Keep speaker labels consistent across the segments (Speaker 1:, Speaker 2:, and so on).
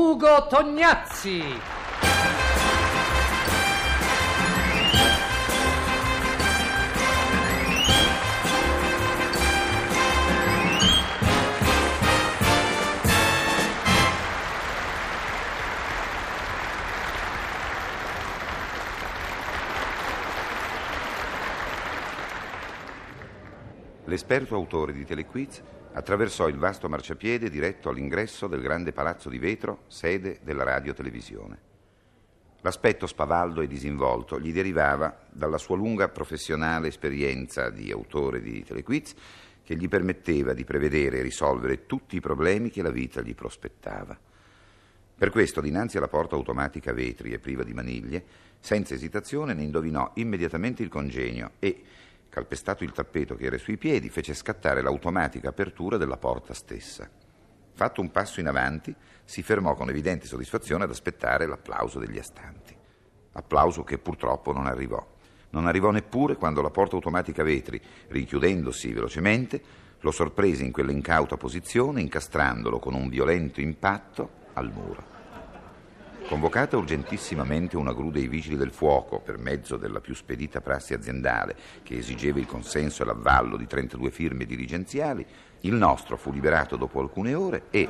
Speaker 1: Ugo Tognazzi.
Speaker 2: L'esperto autore di Telequiz attraversò il vasto marciapiede diretto all'ingresso del grande palazzo di vetro, sede della radiotelevisione. L'aspetto spavaldo e disinvolto gli derivava dalla sua lunga professionale esperienza di autore di Telequiz che gli permetteva di prevedere e risolvere tutti i problemi che la vita gli prospettava. Per questo, dinanzi alla porta automatica a vetri e priva di maniglie, senza esitazione ne indovinò immediatamente il congegno e, calpestato il tappeto che era sui piedi, fece scattare l'automatica apertura della porta stessa. Fatto un passo in avanti, si fermò con evidente soddisfazione ad aspettare l'applauso degli astanti. Applauso che purtroppo non arrivò. Non arrivò neppure quando la porta automatica vetri, richiudendosi velocemente, lo sorprese in quell'incauta posizione, incastrandolo con un violento impatto al muro. Convocata urgentissimamente una gru dei vigili del fuoco per mezzo della più spedita prassi aziendale che esigeva il consenso e l'avvallo di 32 firme dirigenziali, il nostro fu liberato dopo alcune ore e,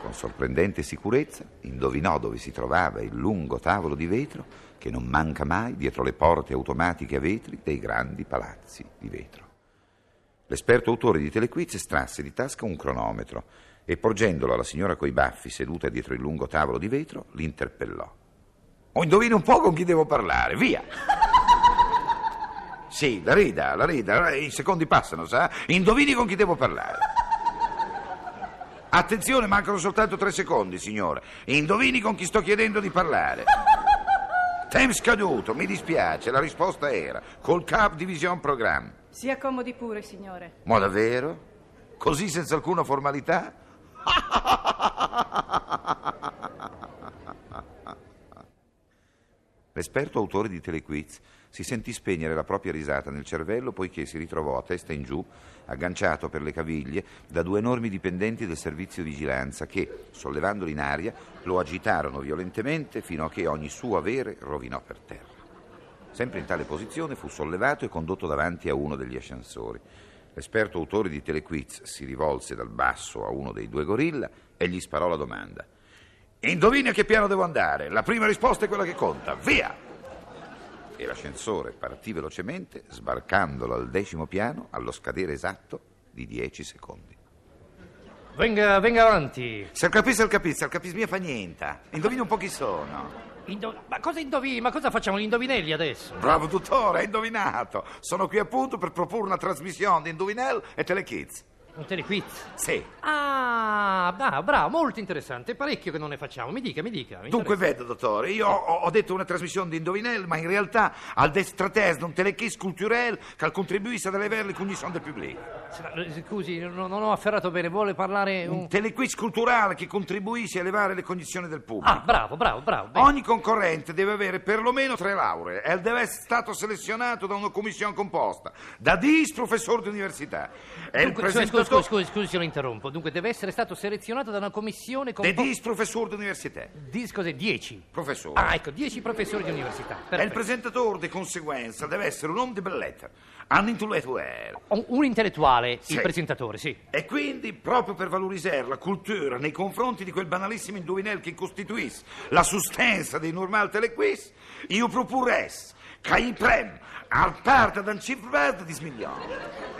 Speaker 2: con sorprendente sicurezza, indovinò dove si trovava il lungo tavolo di vetro che non manca mai dietro le porte automatiche a vetri dei grandi palazzi di vetro. L'esperto autore di Telequiz estrasse di tasca un cronometro e porgendolo alla signora coi baffi seduta dietro il lungo tavolo di vetro, l'interpellò. "Oh,
Speaker 3: O indovina un po' con chi devo parlare, via!
Speaker 2: Sì, la rida, la rida, eh, i secondi passano, sa? Indovini con chi devo parlare. Attenzione, mancano soltanto tre secondi, signora. Indovini con chi sto chiedendo di parlare. Tempo scaduto, mi dispiace, la risposta era col Cap Division Programme.
Speaker 4: Si accomodi pure, signore.
Speaker 2: Ma davvero? Così senza alcuna formalità? L'esperto autore di Telequiz si sentì spegnere la propria risata nel cervello poiché si ritrovò a testa in giù, agganciato per le caviglie da due enormi dipendenti del servizio vigilanza che, sollevandolo in aria, lo agitarono violentemente fino a che ogni suo avere rovinò per terra. Sempre in tale posizione fu sollevato e condotto davanti a uno degli ascensori. L'esperto autore di Telequiz si rivolse dal basso a uno dei due gorilla e gli sparò la domanda.
Speaker 3: Indovina che piano devo andare, la prima risposta è quella che conta, via!
Speaker 2: E l'ascensore partì velocemente, sbarcandolo al decimo piano allo scadere esatto di dieci secondi.
Speaker 1: Venga, venga avanti.
Speaker 3: Se il capis, se il capis, se il capis mia fa niente. Indovina un po' chi sono.
Speaker 1: Indo- ma cosa indovini? Ma cosa facciamo gli indovinelli adesso?
Speaker 3: Bravo dottore, hai indovinato. Sono qui appunto per proporre una trasmissione di Indovinello e Telekids.
Speaker 1: Un telequiz.
Speaker 3: Sì.
Speaker 1: Ah, bravo, bravo, molto interessante. È parecchio che non ne facciamo. Mi dica, mi dica. mi
Speaker 3: Dunque,
Speaker 1: interessa.
Speaker 3: vedo, dottore, io ho, ho detto una trasmissione di indovinelli, ma in realtà al destratest un telekiss culturel che contribuisce ad elevare le cognizioni del pubblico.
Speaker 1: S- Scusi, no- non ho afferrato bene. Vuole parlare un...
Speaker 3: Un telequiz culturale che contribuisce a elevare le cognizioni del pubblico.
Speaker 1: Ah, bravo, bravo, bravo. bene.
Speaker 3: Ogni concorrente deve avere perlomeno tre lauree e deve essere stato selezionato da una commissione composta da dis professore di università. E il
Speaker 1: Dunque, scusi,
Speaker 3: presentatore...
Speaker 1: scusi, scusi, scusi, se lo interrompo. Dunque, deve essere stato selezionato da una commissione con...
Speaker 3: De dis professore di università.
Speaker 1: Dis cos'è? Dieci.
Speaker 3: Professore.
Speaker 1: Ah, ecco, dieci professori di università.
Speaker 3: E il
Speaker 1: Perfetto.
Speaker 3: presentatore, di conseguenza, deve essere un uomo di bellezza, un intellettuale.
Speaker 1: Un, un intellettuale,
Speaker 3: Sì.
Speaker 1: il presentatore, sì.
Speaker 3: E quindi, proprio per valorizzare la cultura nei confronti di quel banalissimo indovinello che costituisce la sostanza dei normali telequiz, io proporrei che i premi al parte d'un cifrato di smiglione.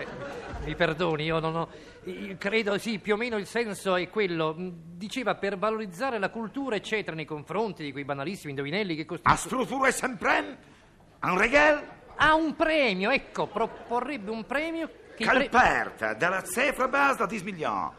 Speaker 1: Mi perdoni, io non ho. io Credo sì, più o meno il senso è quello. Mm, Diceva per valorizzare la cultura, eccetera, nei confronti di quei banalissimi indovinelli che
Speaker 3: A
Speaker 1: costituiscono.
Speaker 3: strutturare un premi, un regalo,
Speaker 1: Ha un premio, ecco, proporrebbe un premio
Speaker 3: che
Speaker 1: che, pre-
Speaker 3: al parte dalla cifra base di smiglione,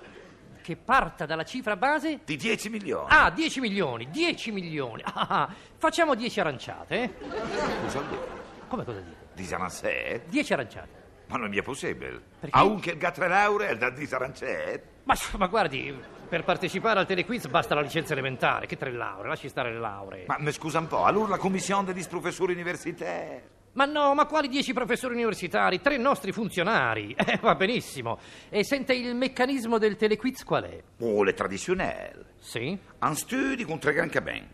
Speaker 1: che parta dalla cifra base.
Speaker 3: di 10 milioni.
Speaker 1: Ah, 10 milioni, 10 milioni. Ah, ah, facciamo 10 aranciate. eh?
Speaker 3: Cosa vuol dire?
Speaker 1: Come cosa dico?
Speaker 3: Di Sanaset?
Speaker 1: 10 aranciate.
Speaker 3: Ma non mi è possibile.
Speaker 1: Perché?
Speaker 3: Anche il gatto laurea è da di Sarancet.
Speaker 1: Ma, ma guardi, per partecipare al telequiz basta la licenza elementare, che tre lauree, lasci stare le lauree.
Speaker 3: Ma mi scusa un po', allora la commissione dei professori universitari.
Speaker 1: Ma no, ma quali dieci professori universitari? Tre nostri funzionari. Eh, va benissimo. E sente il meccanismo del telequiz qual è?
Speaker 2: Oh, le traditionnelle.
Speaker 1: Sì?
Speaker 2: Un studio con tre grandi cabine.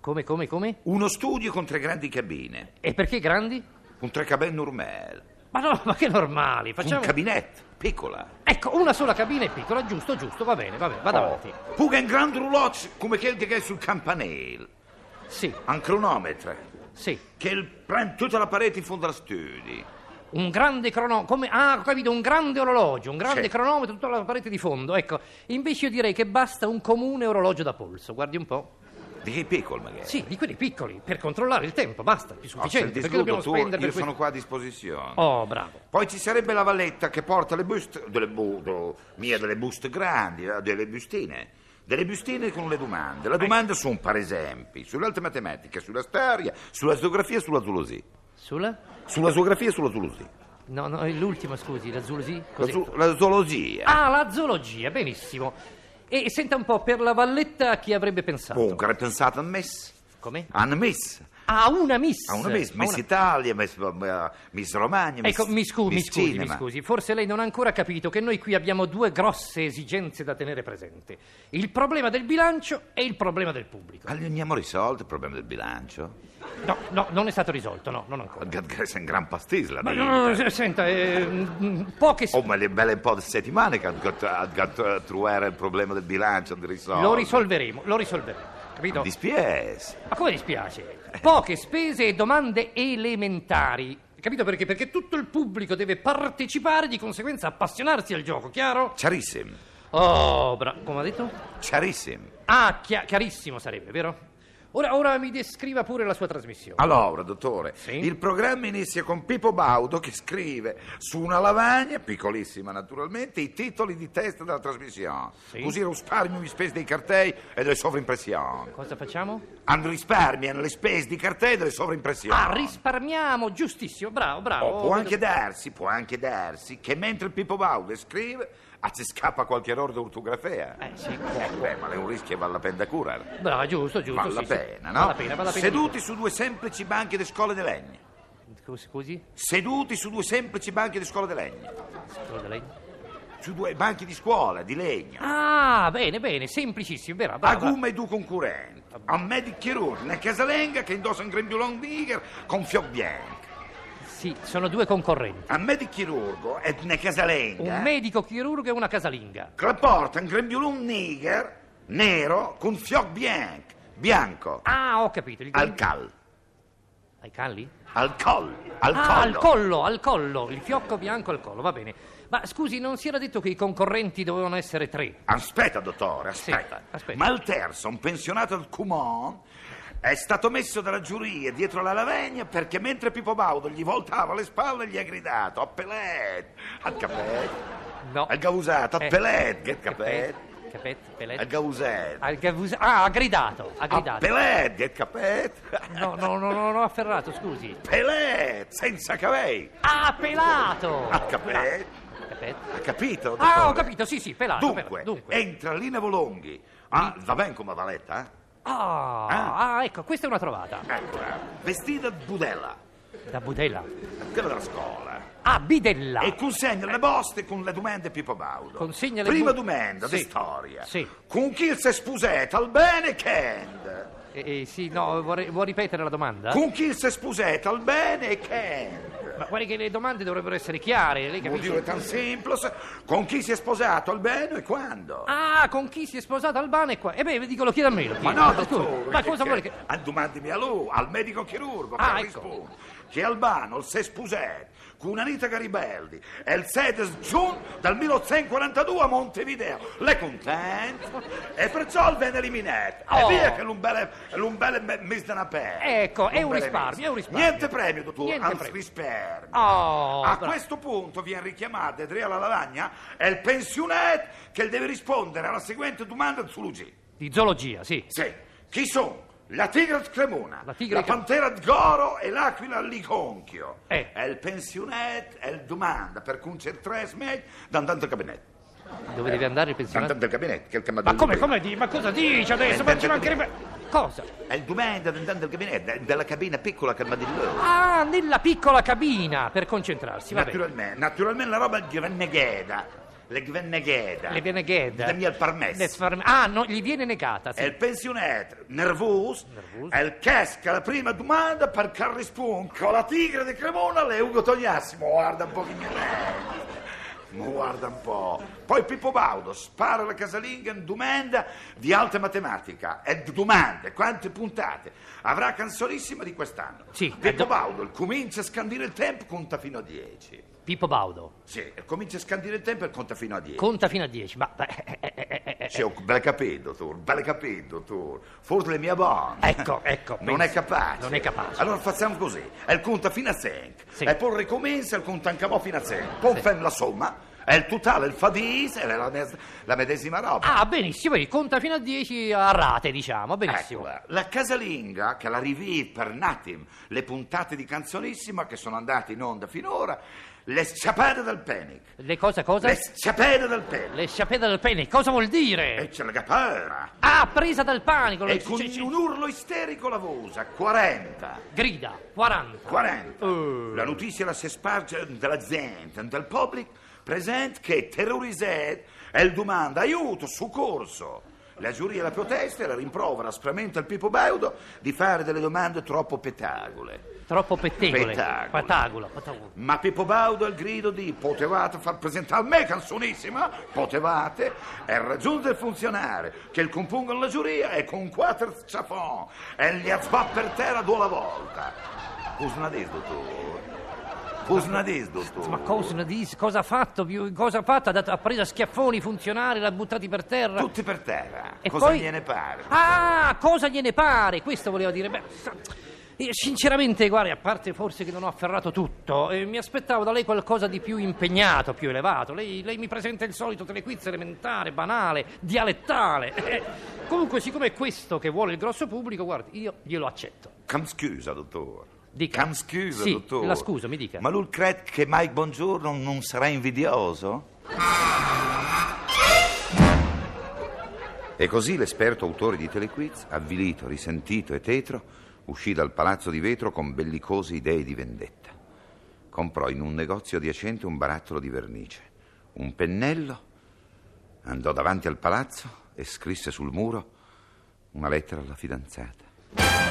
Speaker 1: Come, come, come?
Speaker 2: Uno studio con tre grandi cabine.
Speaker 1: E perché grandi?
Speaker 2: Con tre cabine normali.
Speaker 1: Ma no, ma che normali.
Speaker 2: Un
Speaker 1: Facciamo...
Speaker 2: cabinet, piccola.
Speaker 1: ecco, una sola cabina è piccola, giusto, giusto, va bene, va bene, vado avanti.
Speaker 2: Oh, Puga in grand roulotte come quel che è sul campanile.
Speaker 1: Sì,
Speaker 2: Un cronometro
Speaker 1: sì.
Speaker 2: che il- prende tutta la parete in fondo alla studio.
Speaker 1: Un grande crono... Come... Ah, ho capito, un grande orologio, un grande
Speaker 2: Sì.
Speaker 1: cronometro, tutta la parete di fondo. Ecco, invece io direi che basta un comune orologio da polso, guardi un po'.
Speaker 2: Di che piccolo magari?
Speaker 1: Sì, di quelli piccoli, per controllare il tempo, basta, più
Speaker 2: Oh, se il
Speaker 1: sufficiente. perché
Speaker 2: disturbo
Speaker 1: dobbiamo
Speaker 2: tu, io
Speaker 1: spendere per
Speaker 2: sono
Speaker 1: questo-
Speaker 2: qua a disposizione.
Speaker 1: Oh, bravo.
Speaker 2: Poi ci sarebbe la valletta che porta le buste, delle bu- do- mia delle buste grandi, eh, delle bustine. Delle bustine con le domande. Le
Speaker 1: Ecco.
Speaker 2: domande sono, per esempio, sull'alta matematica, sulla storia, sulla geografia e sulla zoologia.
Speaker 1: Sulla?
Speaker 2: Sulla zoografia e sulla zoologia.
Speaker 1: No, no, è l'ultima, scusi, la zoologia?
Speaker 2: La,
Speaker 1: Cos'è?
Speaker 2: zo- la zoologia.
Speaker 1: Ah, la zoologia, benissimo. E senta un po', per la valletta chi avrebbe pensato?
Speaker 2: Oh, che era pensato a Miss.
Speaker 1: Come?
Speaker 2: A una Miss.
Speaker 1: A una miss.
Speaker 2: A Ah, una Miss.
Speaker 1: A una-
Speaker 2: Miss Italia, Miss, eh, Miss Romagna, Miss
Speaker 1: Ecco, mi scusi, mi
Speaker 2: Miss
Speaker 1: scusi, mi
Speaker 2: Cinema.
Speaker 1: scusi, forse lei non ha ancora capito che noi qui abbiamo due grosse esigenze da tenere presente. Il problema del bilancio e il problema del pubblico.
Speaker 2: Ma gli abbiamo risolto il problema del bilancio?
Speaker 1: No, no, non è stato risolto, no, non ancora.
Speaker 2: Gadgers è un gran pastisla.
Speaker 1: Ma
Speaker 2: dì.
Speaker 1: no, no, no, senta, eh, mm, poche... s-
Speaker 2: Oh, ma le belle un po' di settimane che a trovare il problema del bilancio di risolvere.
Speaker 1: Lo risolveremo, lo risolveremo, capito?
Speaker 2: Mi dispiace.
Speaker 1: Ma come dispiace? Poche spese e domande elementari. Capito perché? Perché tutto il pubblico deve partecipare, di conseguenza appassionarsi al gioco, chiaro?
Speaker 2: Chiarissimo.
Speaker 1: Oh, bravo, come ha detto?
Speaker 2: Chiarissimo.
Speaker 1: Ah, chia- chiarissimo sarebbe, vero? Ora, ora mi descriva pure la sua trasmissione.
Speaker 2: Allora, dottore,
Speaker 1: Sì?
Speaker 2: il programma inizia con Pippo Baudo che scrive su una lavagna, piccolissima naturalmente, i titoli di testa della trasmissione.
Speaker 1: Sì.
Speaker 2: Così risparmio le spese dei cartei e delle sovrimpressioni.
Speaker 1: Cosa facciamo?
Speaker 2: An risparmiano le spese di cartei e delle sovrimpressioni.
Speaker 1: Ah, risparmiamo, giustissimo, bravo, bravo.
Speaker 2: Oh, può
Speaker 1: vedo-
Speaker 2: anche darsi, può anche darsi che mentre Pippo Baudo scrive, a ci scappa qualche errore di ortografia.
Speaker 1: Eh, sì.
Speaker 2: Eh, beh, ma è un rischio che vale la pena da curare.
Speaker 1: Bravo, giusto, giusto.
Speaker 2: Vale la
Speaker 1: sì, sì.
Speaker 2: pena, no?
Speaker 1: Vale la pena, vale la pena.
Speaker 2: Seduti su due semplici banchi di scuola di legno.
Speaker 1: Scusi, scusi,
Speaker 2: Seduti su due semplici banchi di scuola di legno.
Speaker 1: scusa lei.
Speaker 2: su due banchi di scuola, di legno,
Speaker 1: Ah, bene, bene, semplicissimo, vero?
Speaker 2: a
Speaker 1: bravo, bravo.
Speaker 2: gomma e due concorrenti, a medic chirurgo, una casalenga che indossa un grembiulon niger con fiocchi bianchi,
Speaker 1: Sì, sono due concorrenti.
Speaker 2: a medic chirurgo e una casalenga
Speaker 1: Un medico chirurgo e una casalinga.
Speaker 2: che porta un grembiulon niger nero con fiocchi bianchi, bianco,
Speaker 1: Ah, ho capito. Il
Speaker 2: al cal,
Speaker 1: Ai calli?
Speaker 2: al col, al
Speaker 1: ah, al
Speaker 2: collo.
Speaker 1: collo, al collo. Il fiocco bianco al collo, va bene. Ma scusi, non si era detto che i concorrenti dovevano essere tre?
Speaker 2: Aspetta, dottore,
Speaker 1: Sì,
Speaker 2: aspetta.
Speaker 1: aspetta.
Speaker 2: Ma il terzo, un pensionato al Cumon, è stato messo dalla giuria dietro la lavagna perché mentre Pippo Baudo gli voltava le spalle gli ha gridato a Pelet, a Capet,
Speaker 1: No.
Speaker 2: a Gausato, a
Speaker 1: Eh.
Speaker 2: Pelet, che Capet,
Speaker 1: Capet, capet, pelet.
Speaker 2: a Gauset,
Speaker 1: Al gavus- Ah, ha gridato, ha
Speaker 2: a
Speaker 1: gridato.
Speaker 2: Pelet, che Capet,
Speaker 1: No, no, no, no, no, afferrato, scusi.
Speaker 2: Pelet, senza cavei,
Speaker 1: Ah, pelato!
Speaker 2: a Capet.
Speaker 1: Capet.
Speaker 2: Ha capito?
Speaker 1: Ah, ho
Speaker 2: dottore?
Speaker 1: capito, sì, sì, pelato.
Speaker 2: Dunque,
Speaker 1: pelato, dunque.
Speaker 2: entra Lina Volonghi. Ah, va bene come valetta, eh?
Speaker 1: Ah,
Speaker 2: Ah.
Speaker 1: ah, ecco, questa è una trovata.
Speaker 2: Ecco, eh, vestita di budella,
Speaker 1: Da budella.
Speaker 2: quella della scuola,
Speaker 1: Ah, bidella.
Speaker 2: e consegna le poste con le domande a Pippo Baudo.
Speaker 1: Consegna le
Speaker 2: Prima
Speaker 1: bu-
Speaker 2: domanda di
Speaker 1: Sì.
Speaker 2: storia.
Speaker 1: Sì.
Speaker 2: Con chi si sposate al bene Kend?
Speaker 1: Eh, eh, sì, no, vorrei- vuoi ripetere la domanda?
Speaker 2: Con chi si sposate al bene Kend?
Speaker 1: Ma guardi che le domande dovrebbero essere chiare, lei
Speaker 2: Vuol
Speaker 1: capisce?
Speaker 2: dire tan semplice, con chi si è sposato al bene e quando?
Speaker 1: Ah, con chi si è sposata Albana e qua. E beh, dico, lo chieda a me. Lo
Speaker 2: Ma
Speaker 1: chieda.
Speaker 2: no,
Speaker 1: scusi,
Speaker 2: dottore,
Speaker 1: ma cosa vuole che.
Speaker 2: ah, Domandimi a lui, al medico chirurgo,
Speaker 1: Ah,
Speaker 2: che
Speaker 1: ecco.
Speaker 2: risponde che Albano si è sposato con Anita Garibaldi e il 7 giugno del 1842 a Montevideo. Le contento e perciò il venne eliminato. E
Speaker 1: Oh.
Speaker 2: via che l'umbele, l'umbele me- mese da pelle.
Speaker 1: Ecco, è un
Speaker 2: L'umbele
Speaker 1: risparmio,
Speaker 2: mese.
Speaker 1: è un risparmio.
Speaker 2: Niente premio, dottore,
Speaker 1: Niente
Speaker 2: anzi
Speaker 1: premio.
Speaker 2: risparmio.
Speaker 1: Oh,
Speaker 2: a
Speaker 1: bravo.
Speaker 2: questo punto viene richiamato Edrea la lavagna e il pensionato che deve rispondere alla seguente domanda su Luigi.
Speaker 1: Di zoologia, sì.
Speaker 2: Sì, chi sono? La tigre di Cremona,
Speaker 1: La
Speaker 2: la,
Speaker 1: tigre di Cremona.
Speaker 2: pantera di Goro e l'aquila di Liconchio.
Speaker 1: Eh.
Speaker 2: È il pensionet e il domanda per concentrarsi meglio da andare al gabinetto.
Speaker 1: Dove deve andare il
Speaker 2: Da
Speaker 1: pensionato?
Speaker 2: andare al gabinetto, che è il
Speaker 1: Ma
Speaker 2: comandante
Speaker 1: come,
Speaker 2: prima.
Speaker 1: come di- Ma cosa dici adesso?
Speaker 2: Eh,
Speaker 1: Ma ci
Speaker 2: eh,
Speaker 1: mancherebbe.
Speaker 2: eh,
Speaker 1: cosa?
Speaker 2: È il domanda del del gabinetto, della cabina piccola che madillò.
Speaker 1: Ah, nella piccola cabina per concentrarsi, va bene.
Speaker 2: Naturalmente, naturalmente la roba gvennegheda. Le gvennegheda.
Speaker 1: Le viene gheda.
Speaker 2: Le mie al parmesso.
Speaker 1: Le sfarm- Ah, no, gli viene negata, sì.
Speaker 2: È il pensionato, nervoso,
Speaker 1: Nervoso.
Speaker 2: è il casca la prima domanda per corrispondere con la tigre di Cremona le Ugo Togliassi. Ma guarda un po' che mi Ma guarda un po'. Poi Pippo Baudo spara alla casalinga in domanda di alta matematica. E domande, quante puntate? Avrà canzonissima di quest'anno.
Speaker 1: Sì,
Speaker 2: Pippo
Speaker 1: eh, do-
Speaker 2: Baudo comincia a scandire il tempo, conta fino a 10.
Speaker 1: Pippo Baudo.
Speaker 2: Sì, comincia a scandire il tempo e conta fino a 10.
Speaker 1: Conta fino a 10, ma... eh, eh, eh, eh, eh,
Speaker 2: C'è un bel capello, tu, bel capello, tu. Forse le mie bonne.
Speaker 1: Ecco, ecco,
Speaker 2: Non
Speaker 1: pensi.
Speaker 2: è capace.
Speaker 1: Non è capace.
Speaker 2: Allora facciamo così. E il conta fino a 5.
Speaker 1: Sì.
Speaker 2: E poi ricomincia il conto anche a mo' fino a 6. Poi fem la somma. E il totale, il fa 10, è la, mes- la medesima roba.
Speaker 1: Ah, benissimo, quindi conta fino a 10 a rate, diciamo, benissimo.
Speaker 2: Eccola, Ecco, la casalinga che la rivive per Natim, le puntate di canzonissima che sono andate in onda finora, le sciapate del panic.
Speaker 1: Le cosa, cosa?
Speaker 2: Le sciapate del panic.
Speaker 1: Le sciapete del pene, cosa vuol dire?
Speaker 2: E c'è la capera.
Speaker 1: Ah, presa dal panico,
Speaker 2: E
Speaker 1: c-
Speaker 2: con
Speaker 1: c- c-
Speaker 2: un urlo isterico la vosa, 40.
Speaker 1: grida, 40.
Speaker 2: 40.
Speaker 1: Eh.
Speaker 2: La notizia la si sparge dalla gente, dal pubblico presente che terrorizzato e il domanda aiuto, soccorso. La giuria la protesta e la rimprovera aspramente al Pippo Baudo di fare delle domande troppo petagole.
Speaker 1: Troppo pettegole.
Speaker 2: Petagolo.
Speaker 1: Patagolo, patagolo.
Speaker 2: Ma Pippo Baudo al grido di potevate far presentare me canzonissima, potevate, e raggiunge il funzionario che il compungono la giuria e con quattro ciafon e gli azzva per terra due alla volta. Cos'na detto tu? Cos'na detto tu?
Speaker 1: Ma cosa, ne dis- cosa ha fatto? più- Cosa ha fatto? Ha, dato- ha preso a schiaffoni i funzionari, l'ha buttati per terra.
Speaker 2: Tutti per terra.
Speaker 1: E
Speaker 2: Cosa
Speaker 1: poi-
Speaker 2: gliene pare?
Speaker 1: Ah, cosa gliene pare? Questo voleva dire. Beh, sa- eh, sinceramente, guardi, a parte forse che non ho afferrato tutto, eh, mi aspettavo da lei qualcosa di più impegnato, più elevato. Lei, lei mi presenta il solito telequiz elementare, banale, dialettale. Eh, comunque, siccome è questo che vuole il grosso pubblico, guardi, io glielo accetto.
Speaker 2: Cam scusa, dottor.
Speaker 1: Dica.
Speaker 2: Cam scusa,
Speaker 1: Sì,
Speaker 2: dottor.
Speaker 1: la scuso, mi dica.
Speaker 2: Ma lui crede che Mike Buongiorno non sarà invidioso?
Speaker 5: E così l'esperto autore di telequiz, avvilito, risentito e tetro, uscì dal palazzo di vetro con bellicose idee di vendetta. Comprò in un negozio adiacente un barattolo di vernice, un pennello, andò davanti al palazzo e scrisse sul muro una lettera alla fidanzata.